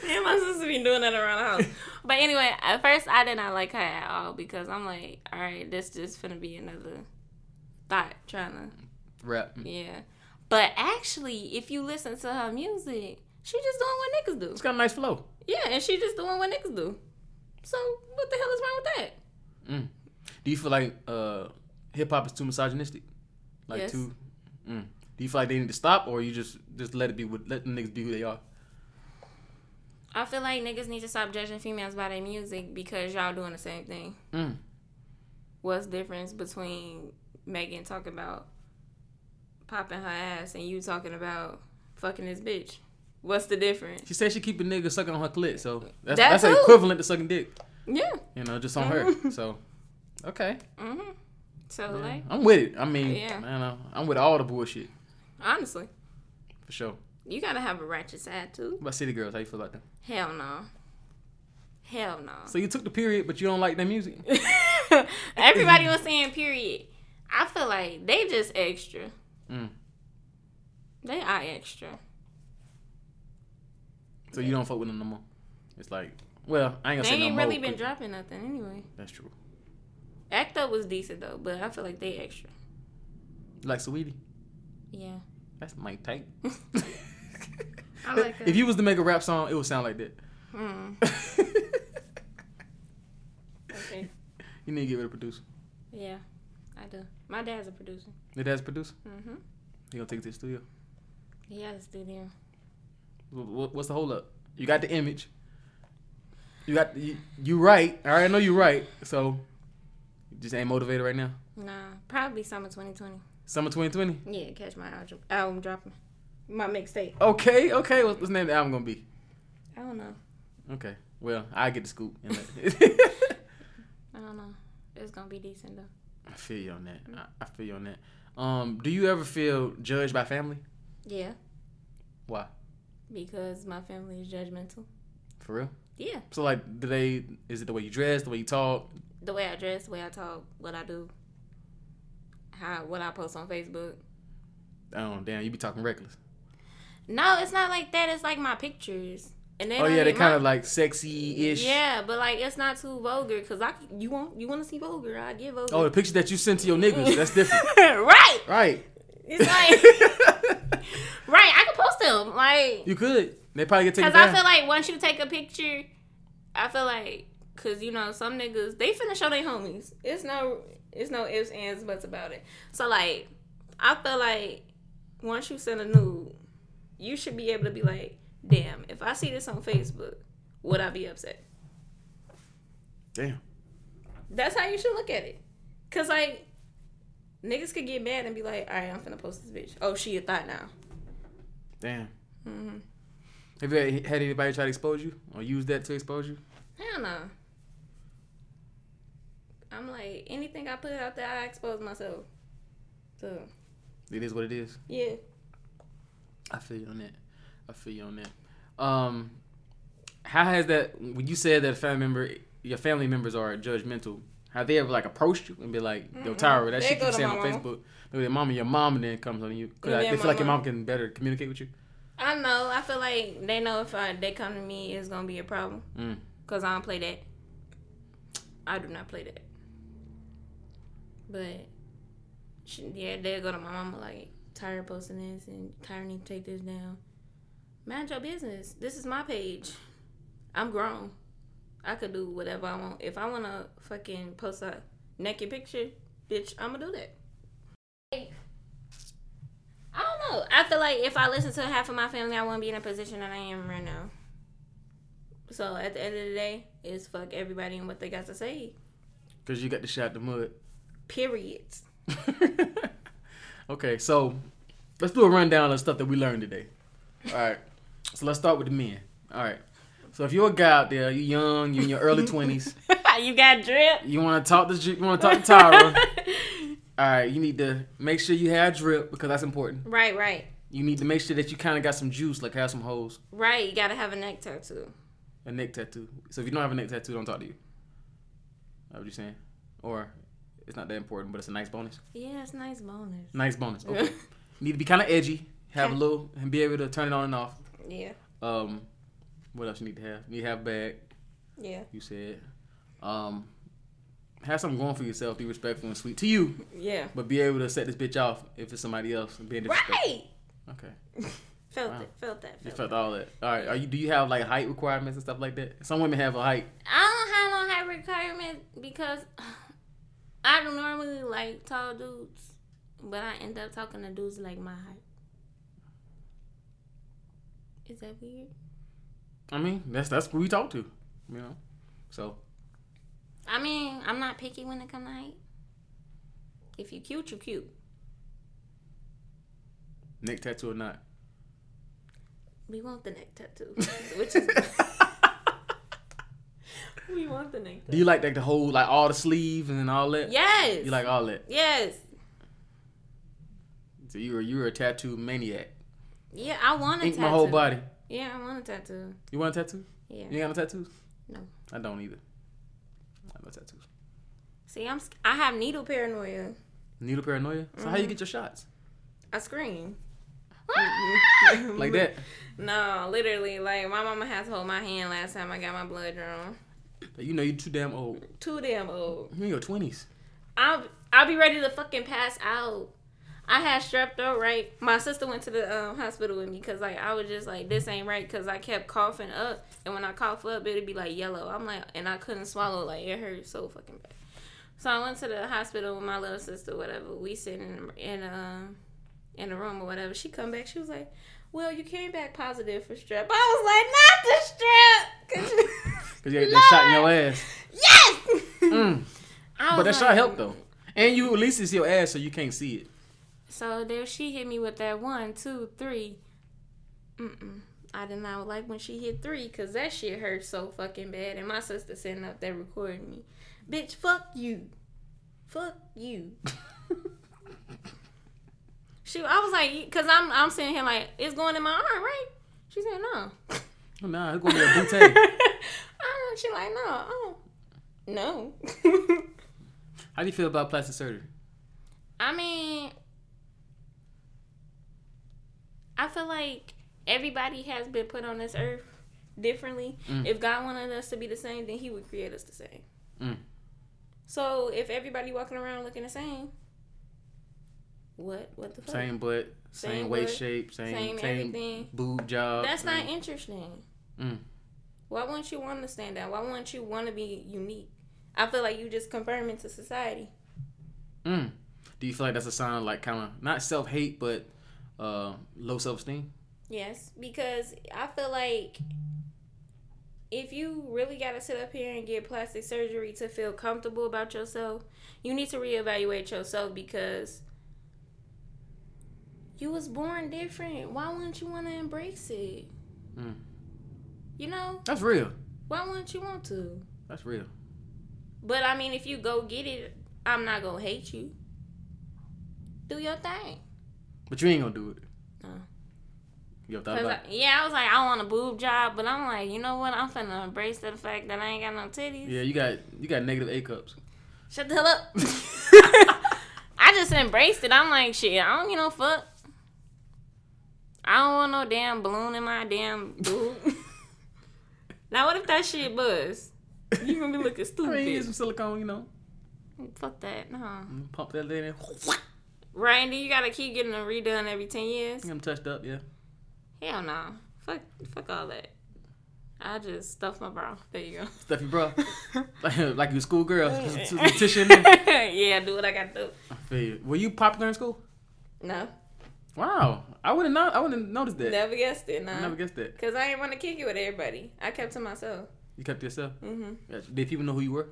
B: Me and my sister be doing that around the house. But anyway, at first I did not like her at all because I'm like, all right, this just gonna be another thought trying to
A: Rap.
B: yeah. But actually, if you listen to her music, she just doing what niggas do.
A: It's got a nice flow.
B: Yeah, and she just doing what niggas do. So what the hell is wrong with that?
A: Do you feel like uh, hip hop is too misogynistic? Like
B: Yes.
A: too. Mm. Do you feel like they need to stop, or you just just let it be? With, let the niggas be who they are.
B: I feel like niggas need to stop judging females by their music because y'all doing the same thing.
A: Mm.
B: What's the difference between Megan talking about popping her ass and you talking about fucking this bitch? What's the difference?
A: She said she keep a nigga sucking on her clit, so that's
B: That
A: that's
B: too. Oh.
A: equivalent to sucking dick.
B: Yeah.
A: You know, just on her. So, okay,
B: Mm-hmm. So like,
A: I'm with it. I mean,
B: Yeah.
A: I don't know. I'm with all the bullshit
B: honestly,
A: for sure.
B: you gotta have a ratchet side too.
A: What about City Girls? How you feel about them?
B: Hell no. Hell no.
A: So you took the period, but you don't like their music.
B: Everybody was saying period. I feel like they just extra.
A: Mm.
B: They are extra.
A: So you don't fuck with them no more. It's like, well, I ain't
B: They
A: gonna say
B: ain't
A: no
B: really
A: more.
B: been
A: but
B: dropping nothing anyway.
A: That's true.
B: Act Up was decent though, but I feel like they extra.
A: You like Saweetie?
B: Yeah.
A: That's my type.
B: I like
A: If you was to make a rap song, it would sound like
B: Hmm.
A: that.
B: Okay.
A: you need to get rid of producer.
B: Yeah, I do. My dad's a producer.
A: Your dad's a producer.
B: Mm-hmm.
A: He gonna take it to the studio.
B: He has a studio.
A: Wh- wh- What's the hold up? You got the image. You got you, you right. I already know you right. So you just ain't motivated right now.
B: Nah, probably summer 2020.
A: Summer 2020.
B: Yeah, catch my album, album dropping. My mixtape.
A: Okay, okay. What's what's the name of the album gonna be?
B: I don't know.
A: Okay. Well, I get the scoop. And let-
B: I don't know. It's gonna be decent though.
A: I feel you on that. I, I feel you on that. Um, do you ever feel judged by family?
B: Yeah,
A: Why?
B: because my family is judgmental.
A: For real?
B: Yeah,
A: So like, do they? Is it the way you dress, the way you talk?
B: the way I dress, the way I talk, what I do, how what I post on Facebook.
A: Oh damn, you be talking reckless.
B: No, it's not like that. It's like my pictures. And they
A: oh
B: don't
A: yeah, they
B: get my-
A: kind of like sexy ish.
B: Yeah, but like it's not too vulgar because I c- you want you want to see vulgar, I get vulgar.
A: Oh, the picture that you sent to your niggas, that's different.
B: right?
A: Right.
B: It's like right. I can post them like
A: you could. They probably get taken
B: because I
A: down.
B: feel like once you take a picture, I feel like Cause you know some niggas they finna show their homies. It's no it's no ifs ands buts about it. So like I feel like once you send a nude, you should be able to be like, damn, if I see this on Facebook, would I be upset?
A: Damn.
B: That's how you should look at it. Cause like niggas could get mad and be like, all right, I'm finna post this bitch. Oh, she a thought now.
A: Damn.
B: Mm-hmm.
A: Have you had had anybody try to expose you or use that to expose you?
B: Hell no. I'm like anything I put out there, I expose myself. So
A: It is what it is.
B: yeah,
A: I feel you on that. I feel you on that. Um, how has that? When you said that a family member, your family members are judgmental. Have they ever like approached you and be like, "Yo, Tyra,
B: Mm-mm.
A: that
B: Mm-hmm. They
A: shit
B: go
A: you
B: to
A: saying
B: my
A: on
B: mama.
A: Facebook, maybe their mom and your mom, and then comes on you because
B: Yeah,
A: they feel
B: my
A: like your
B: mom.
A: mom can better communicate with you."
B: I know. I feel like they know if I, they come to me, it's gonna be a problem
A: Mm.
B: because I don't play that. I do not play that. But sh yeah, they go to my mama like tired posting this and tired need to take this down. Mind your business. This is my page. I'm grown. I could do whatever I want. If I wanna fucking post a naked picture, bitch, I'ma do that. Like, I don't know. I feel like if I listen to half of my family, I wouldn't be in a position that I am right now. So at the end of the day, it's fuck everybody and what they got to say.
A: Because you got the shot the mud.
B: Period.
A: okay, so let's do a rundown of stuff that we learned today. All right, so let's start with the men. All right, so if you're a guy out there, you're young, you're in your early twenties,
B: you got drip.
A: you want to talk to you want to talk to Tyra. All right, you need to make sure you have drip because that's important.
B: right, right,
A: You need to make sure that you kind of got some juice, like have some holes,
B: right. You gotta have a neck tattoo.
A: a neck tattoo. So if you don't have a neck tattoo, don't talk to you. That's what you saying? Or it's not that important, but it's a nice bonus.
B: Yeah, it's nice bonus.
A: Nice bonus. Okay. need to be kind of edgy, have a
B: Okay.
A: little, and be able to turn it on and off.
B: yeah,
A: Um, what else you need to have? You need to have a bag.
B: yeah,
A: You said. Um, have something going for yourself. Be respectful and sweet to you,
B: yeah.
A: but be able to set this bitch off if it's somebody else and being disrespectful.
B: Right.
A: Okay.
B: Felt
A: Wow.
B: it. Felt that.
A: You
B: Felt
A: felt
B: that.
A: all that. All right. Are you? Do you have like height requirements and stuff like that? Some women have a height.
B: I don't have no height requirement because I don't normally like tall dudes, but I end up talking to dudes like my height. Is that weird?
A: I mean, that's that's who we talk to. You know. So
B: I mean, I'm not picky when it comes to height. If you cute, you cute.
A: neck tattoo or not?
B: We want the neck tattoo, which is we want the neck
A: do you like like the whole like all the sleeves and all that?
B: Yes.
A: You like all that?
B: Yes.
A: So you're you're a tattoo maniac.
B: Yeah, I want a
A: Ink
B: tattoo.
A: my whole body.
B: Yeah, I want a tattoo.
A: You want a tattoo?
B: Yeah.
A: You ain't got no tattoos?
B: No.
A: I don't either. I have no tattoos.
B: See, I'm sc- I have needle paranoia.
A: Needle paranoia. So
B: Mm-hmm.
A: how you get your shots?
B: I scream.
A: Like that?
B: No, literally, like my mama had to hold my hand last time I got my blood drawn.
A: You know you're too damn old.
B: Too damn old.
A: You're in your twenties.
B: I'll I'll be ready to fucking pass out. I had strep throat, right? My sister went to the um, hospital with me because like I was just like this ain't right because I kept coughing up, and when I cough up, it'd be like yellow. I'm like, and I couldn't swallow, like it hurt so fucking bad. So I went to the hospital with my little sister, whatever. We sitting in in um in a room or whatever. She come back, she was like, "Well, you came back positive for strep." I was like, "Not the strep."
A: Cause you got that shot in your ass.
B: Yes.
A: Mm.
B: I
A: But that
B: was
A: shot
B: like,
A: helped though. And you at least it's your ass so you can't see it.
B: So there she hit me with that one, two, three. Mm-mm. I did not like when she hit three because that shit hurt so fucking bad. And my sister sitting up there recording me. Bitch, fuck you. Fuck you. She, I was like, cause I'm, I'm sitting here like, it's going in my arm, right? She said no.
A: Oh, nah, it's gonna be a bootay.
B: I, she like no, I don't- no.
A: How do you feel about plastic surgery?
B: I mean, I feel like everybody has been put on this earth differently.
A: Mm.
B: If God wanted us to be the same, then He would create us the same.
A: Mm.
B: So if everybody walking around looking the same, what what the fuck?
A: Same butt, same,
B: Same
A: waist
B: butt,
A: shape, same
B: same
A: same,
B: everything.
A: boob job.
B: That's
A: same-
B: not interesting.
A: Mm.
B: Why wouldn't you want to stand out? Why wouldn't you want to be unique? I feel like you just confirm into society.
A: Mm. Do you feel like that's a sign of like kind of not self hate, but uh, low self esteem?
B: Yes, because I feel like if you really got to sit up here and get plastic surgery to feel comfortable about yourself, you need to reevaluate yourself because you was born different. Why wouldn't you want to embrace it?
A: Mm.
B: You know,
A: That's real.
B: why wouldn't you want to?
A: That's real.
B: But I mean, if you go get it, I'm not gonna hate you. Do your thing.
A: But you ain't gonna do it.
B: No.
A: You ever thought
B: 'Cause
A: about
B: I- yeah, I was like, I want a boob job, but I'm like, you know what? I'm finna embrace the fact that I ain't got no titties.
A: it? Yeah, you got you got negative A cups.
B: Shut the hell up. I just embraced it. I'm like, shit, I don't give no fuck. I don't want no damn balloon in my damn boob. now, what if that shit buzz? You gonna
A: I
B: be looking
A: mean, you get
B: stupid.
A: some silicone, you know,
B: Fuck that, nah.
A: pump that in,
B: Right, and then you gotta keep getting them redone every 10 years.
A: get them touched up. Yeah,
B: Hell no. Fuck fuck all that. I just stuffed my bra. There you
A: stuff your bra
B: go.
A: like like you a schoolgirl. Just- just tissue in there.
B: yeah, do what I gotta do.
A: I feel you. Were you popular in school?
B: No.
A: Wow, I wouldn't know. I wouldn't noticed that.
B: Never guessed it,
A: I
B: nah.
A: never guessed that.
B: Cause I didn't want to kick it with everybody. I kept to myself.
A: You kept to yourself.
B: hmm
A: Yeah, Did people know who you were,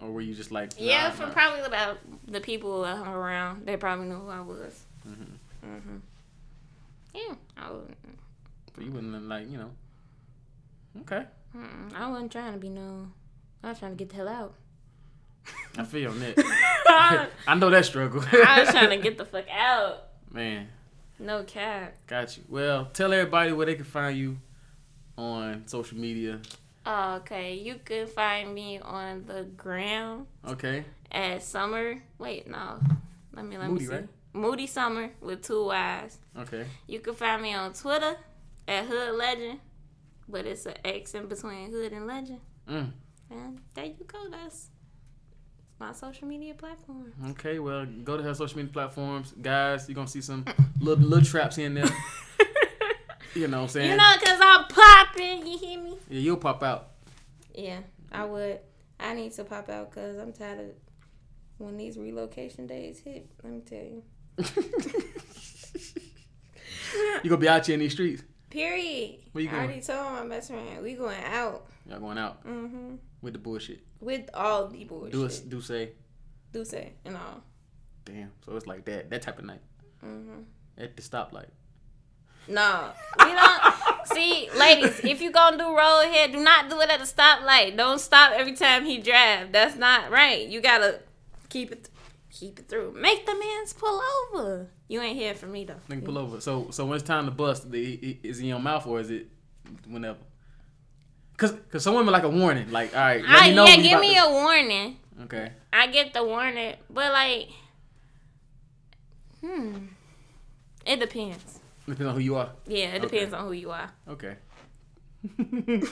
A: or were you just like nah,
B: yeah, from
A: nah.
B: probably about the people I hung around, they probably knew who I was.
A: Mhm.
B: hmm Yeah, I wasn't.
A: But you wouldn't like you know. Okay,
B: mm-mm, I wasn't trying to be known. I was trying to get the hell out.
A: I feel on that.
B: I
A: I know that struggle.
B: Uh, was trying to get the fuck out.
A: man.
B: No cap.
A: Got you. Well, tell everybody where they can find you on social media.
B: okay, you can find me on the gram
A: Okay.
B: at summer. Wait, no. Let me let
A: Moody,
B: me see.
A: right?
B: Moody Summer with two Y's.
A: Okay.
B: You can find me on Twitter at Hood Legend, but it's an X in between Hood and Legend.
A: Mm.
B: And there you go. That's my social media platform.
A: Okay. Well, go to her social media platforms, guys. You're gonna see some little little traps in there. You know what I'm saying?
B: you know, cause I'm popping. You hear me?
A: yeah, you'll pop out.
B: Yeah, I would. I need to pop out because I'm tired of when these relocation days hit. Let me tell you.
A: You gonna be out here in these streets.
B: Period.
A: Where you
B: I
A: going?
B: already told my best friend we going out.
A: Y'all going out
B: hmm
A: with the bullshit.
B: With all the bullshit.
A: Do us, do say,
B: Do say and all.
A: damn. So it's like that, that type of night
B: hmm
A: at the stoplight.
B: No, we don't. See, ladies, if you gonna do roll here, do not do it at a stoplight. Don't stop every time he drive. That's not right. You gotta keep it, keep it through. Make the man's pull over. You ain't here for me though.
A: Nigga, pull over. So, so when it's time to bust, the, i- i- is it in your mouth or is it whenever? Cause, cause someone would like a warning, like, all right, let
B: I,
A: me know.
B: Ah, yeah,
A: when you
B: give
A: about
B: me
A: to-
B: a warning.
A: Okay.
B: I get the warning, but like, hmm, it depends.
A: Depends on who you are.
B: Yeah, it
A: Okay.
B: depends on who you are.
A: Okay. I'm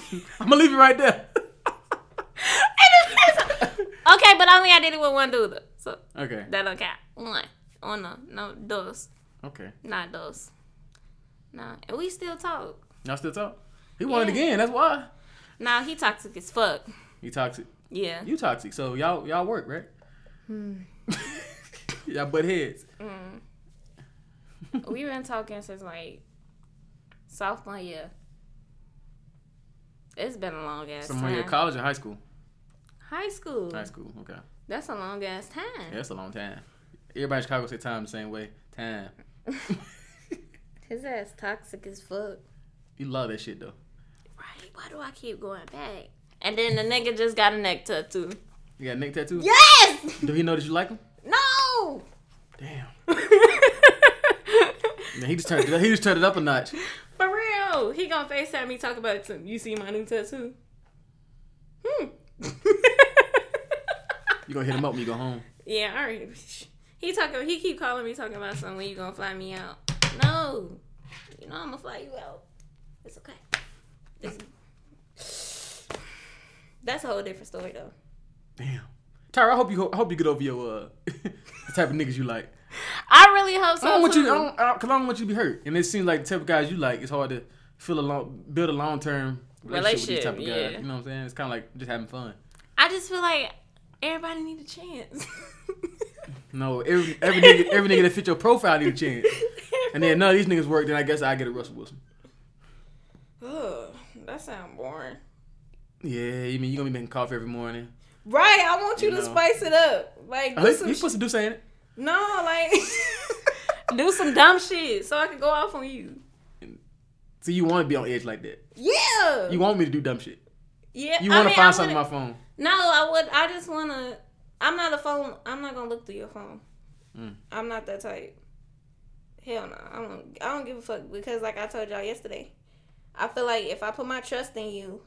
A: gonna leave you right there.
B: It depends. on- okay, but only I did it with one dude, though, so
A: Okay.
B: that don't count. One, oh no, no, dos.
A: Okay.
B: Not those. Nah, and we still talk.
A: Y'all still talk? He won it
B: Yeah.
A: again. That's why.
B: Nah, he toxic as fuck.
A: You toxic.
B: Yeah.
A: You toxic. So y'all y'all work right? y'all butt heads.
B: Mm. We've been talking since like sophomore year. It's been a long ass
A: Someone
B: time.
A: in college or high school?
B: High school.
A: High school. Okay.
B: That's a long ass time.
A: Yeah, that's a long time. Everybody in Chicago say time the same way. Time.
B: His ass toxic as fuck.
A: you love that shit though.
B: Right. Why do I keep going back? And then the nigga just got a neck tattoo.
A: You got a neck tattoo?
B: Yes.
A: Do he know that you like him?
B: No.
A: Damn. Man, he just turned it up. he just turned it up a notch.
B: For real. He gonna FaceTime me talk about it to me. You see my new tattoo? Hmm.
A: You gonna hit him up when you go home.
B: yeah, all right. He talking he keep calling me talking about something when you gonna fly me out. No. You know I'm gonna fly you out. It's okay. It's- That's a whole different story though.
A: Damn. Tyra, I hope you I hope you get over your uh the type of niggas you like.
B: I really hope so.
A: I don't want you, I
B: too.
A: don't, I, cause I don't want you to be hurt. And it seems like the type of guys you like, it's hard to feel a long, build a long term relationship, with these type of
B: Relationship,
A: guys.
B: yeah.
A: You know what I'm saying? It's kind of like just having fun.
B: I just feel like everybody need a chance.
A: No, every every nigga, every nigga that fit your profile need a chance. And then none of these niggas work. Then I guess I get a Russell Wilson.
B: Ugh, that sound boring.
A: Yeah, I mean you gonna be making coffee every morning.
B: Right, I want you
A: You
B: to
A: know.
B: spice it up. Like
A: Uh,
B: do
A: You
B: some
A: you supposed to do saying it.
B: sh- no, like do some dumb shit so I can go off on you.
A: So you want to be on edge like that?
B: Yeah.
A: You want me to do dumb shit?
B: yeah.
A: You
B: I
A: want to
B: mean, I
A: find something
B: wouldn't-
A: on my phone?
B: No, I would. I just wanna. I'm not a phone. I'm not gonna look through your phone.
A: Mm.
B: I'm not that type. Hell no. I don't. I don't give a fuck because, like I told y'all yesterday, I feel like if I put my trust in you,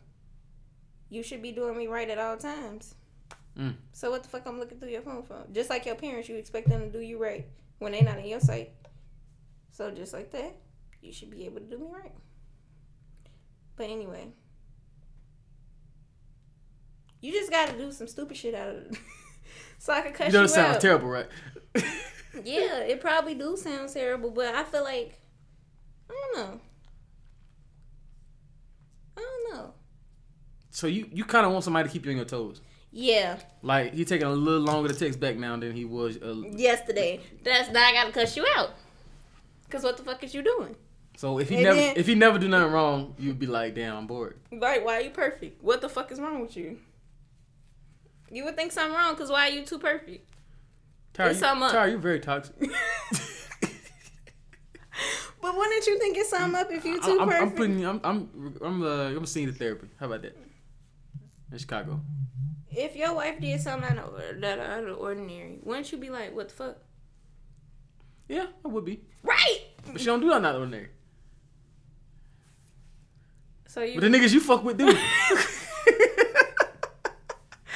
B: you should be doing me right at all times.
A: Mm.
B: So what the fuck I'm looking through your phone for? Just like your parents, you expect them to do you right when they not in your sight. So just like that, you should be able to do me right. But anyway. You just gotta do some stupid shit out of it. so I could cut
A: You
B: you,
A: know that sounds
B: out.
A: terrible, right?
B: Yeah, it probably do sound terrible, but I feel like I don't know. I don't know.
A: so you you kind of want somebody to keep you on your toes.
B: Yeah,
A: Like he taking a little longer to text back now than he was. Uh,
B: yesterday. That's now I gotta cut you out. Cause what the fuck is you doing?
A: so if he
B: And
A: never
B: then-
A: if he never do nothing wrong, you'd be like, damn, I'm bored.
B: Like, why are you perfect? What the fuck is wrong with you? You would think something wrong, cause why are you too perfect?
A: Tyra,
B: It's
A: you,
B: something up.
A: Tyra, you're very toxic.
B: But wouldn't you think it's something up if you
A: I-
B: too
A: I'm,
B: perfect?
A: I'm putting. I'm. I'm. I'm. Uh, I'm seeing the therapy. How about that? In Chicago.
B: if your wife did something out of, that out of the ordinary, wouldn't you be like, what the fuck?
A: Yeah, I would be.
B: Right.
A: But she don't do nothing out of the ordinary.
B: So you.
A: But the niggas you fuck with do.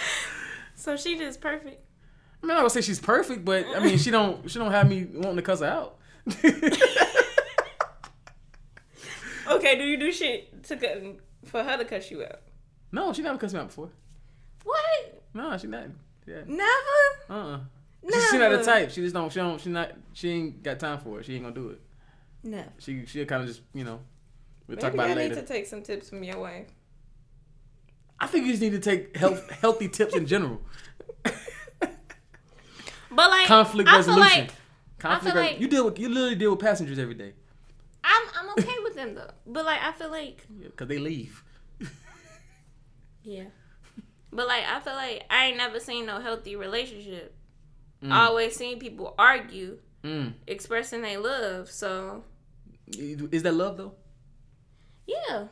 B: so she just perfect.
A: I mean, I would say she's perfect, but I mean, she don't. She don't have me wanting to cuss her out.
B: Okay. Do you do shit to cut, for her to cut you out?
A: no, she never cussed me out before.
B: What?
A: No, she not. Yeah.
B: Never.
A: Uh. uh
B: Never.
A: She, she not the type. She just don't. She don't. She not. She ain't got time for it. She ain't gonna do it.
B: Never.
A: She. She kind of just. You know. We'll
B: Maybe
A: talk about
B: I
A: it later.
B: need to take some tips from your wife.
A: I think you just need to take health, healthy tips in general.
B: But like
A: Conflict
B: I
A: resolution.
B: Feel like
A: Conflict.
B: feel
A: re-
B: like-
A: you deal with. You literally deal with passengers every day.
B: I'm I'm okay with them though. But like I feel like
A: Yeah, cause they leave.
B: yeah. But like I feel like I ain't never seen no healthy relationship.
A: Mm.
B: I always seen people argue,
A: Mm.
B: expressing their love. So
A: Is that love though?
B: yeah,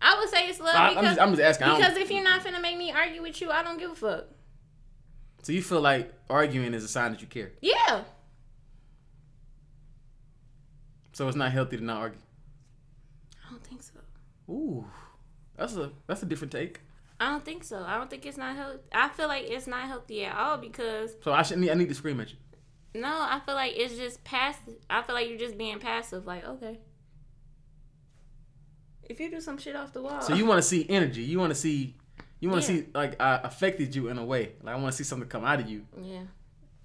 B: I would say it's love
A: I, am
B: Uh, because
A: just, I'm just asking. I don't-
B: because if you're not finna make me argue with you, I don't give a fuck.
A: so you feel like arguing is a sign that you care.
B: Yeah.
A: So it's not healthy to not argue.
B: I don't think so.
A: Ooh, that's a that's a different take.
B: I don't think so. I don't think it's not healthy. I feel like it's not healthy at all because
A: So I should need I need to scream at you.
B: no, I feel like it's just passive. I feel like you're just being passive. Like okay, if you do some shit off the wall,
A: So you want to see energy. You want to see. You want to
B: Yeah.
A: see like I affected you in a way. Like I want to see something come out of you.
B: yeah,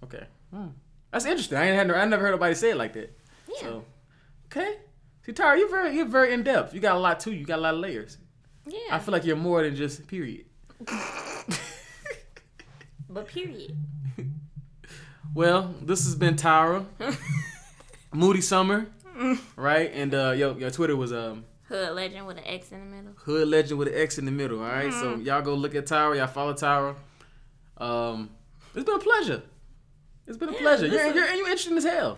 A: Okay. Hmm. That's interesting. I ain't had no, I never heard nobody say it like that.
B: yeah,
A: So okay. See, Tara, you're very you're very in depth. You got a lot too. You got a lot of layers.
B: yeah.
A: I feel like you're more than just period.
B: but period.
A: Well, this has been Tyra. Moody Summer, right? And uh, yo, your Twitter was um
B: Hood legend with an X in the middle.
A: Hood Legend with an X in the middle. All right? so
B: Mm-hmm.
A: y'all go look at Tyra. Y'all follow Tyra. Um, it's been a pleasure. It's been a pleasure. You're,
B: listen.
A: you're, you're interesting as hell.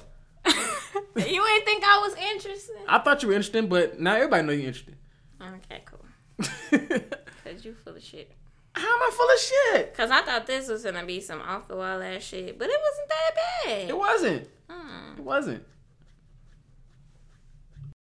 B: you ain't think I was interested?
A: I thought you were interesting, but now everybody know you're interesting.
B: Okay, cool. Cause you full of shit.
A: How am I full of shit?
B: Cause I thought this was gonna be some off the wall ass shit, but it wasn't that bad.
A: It wasn't.
B: Mm.
A: It wasn't.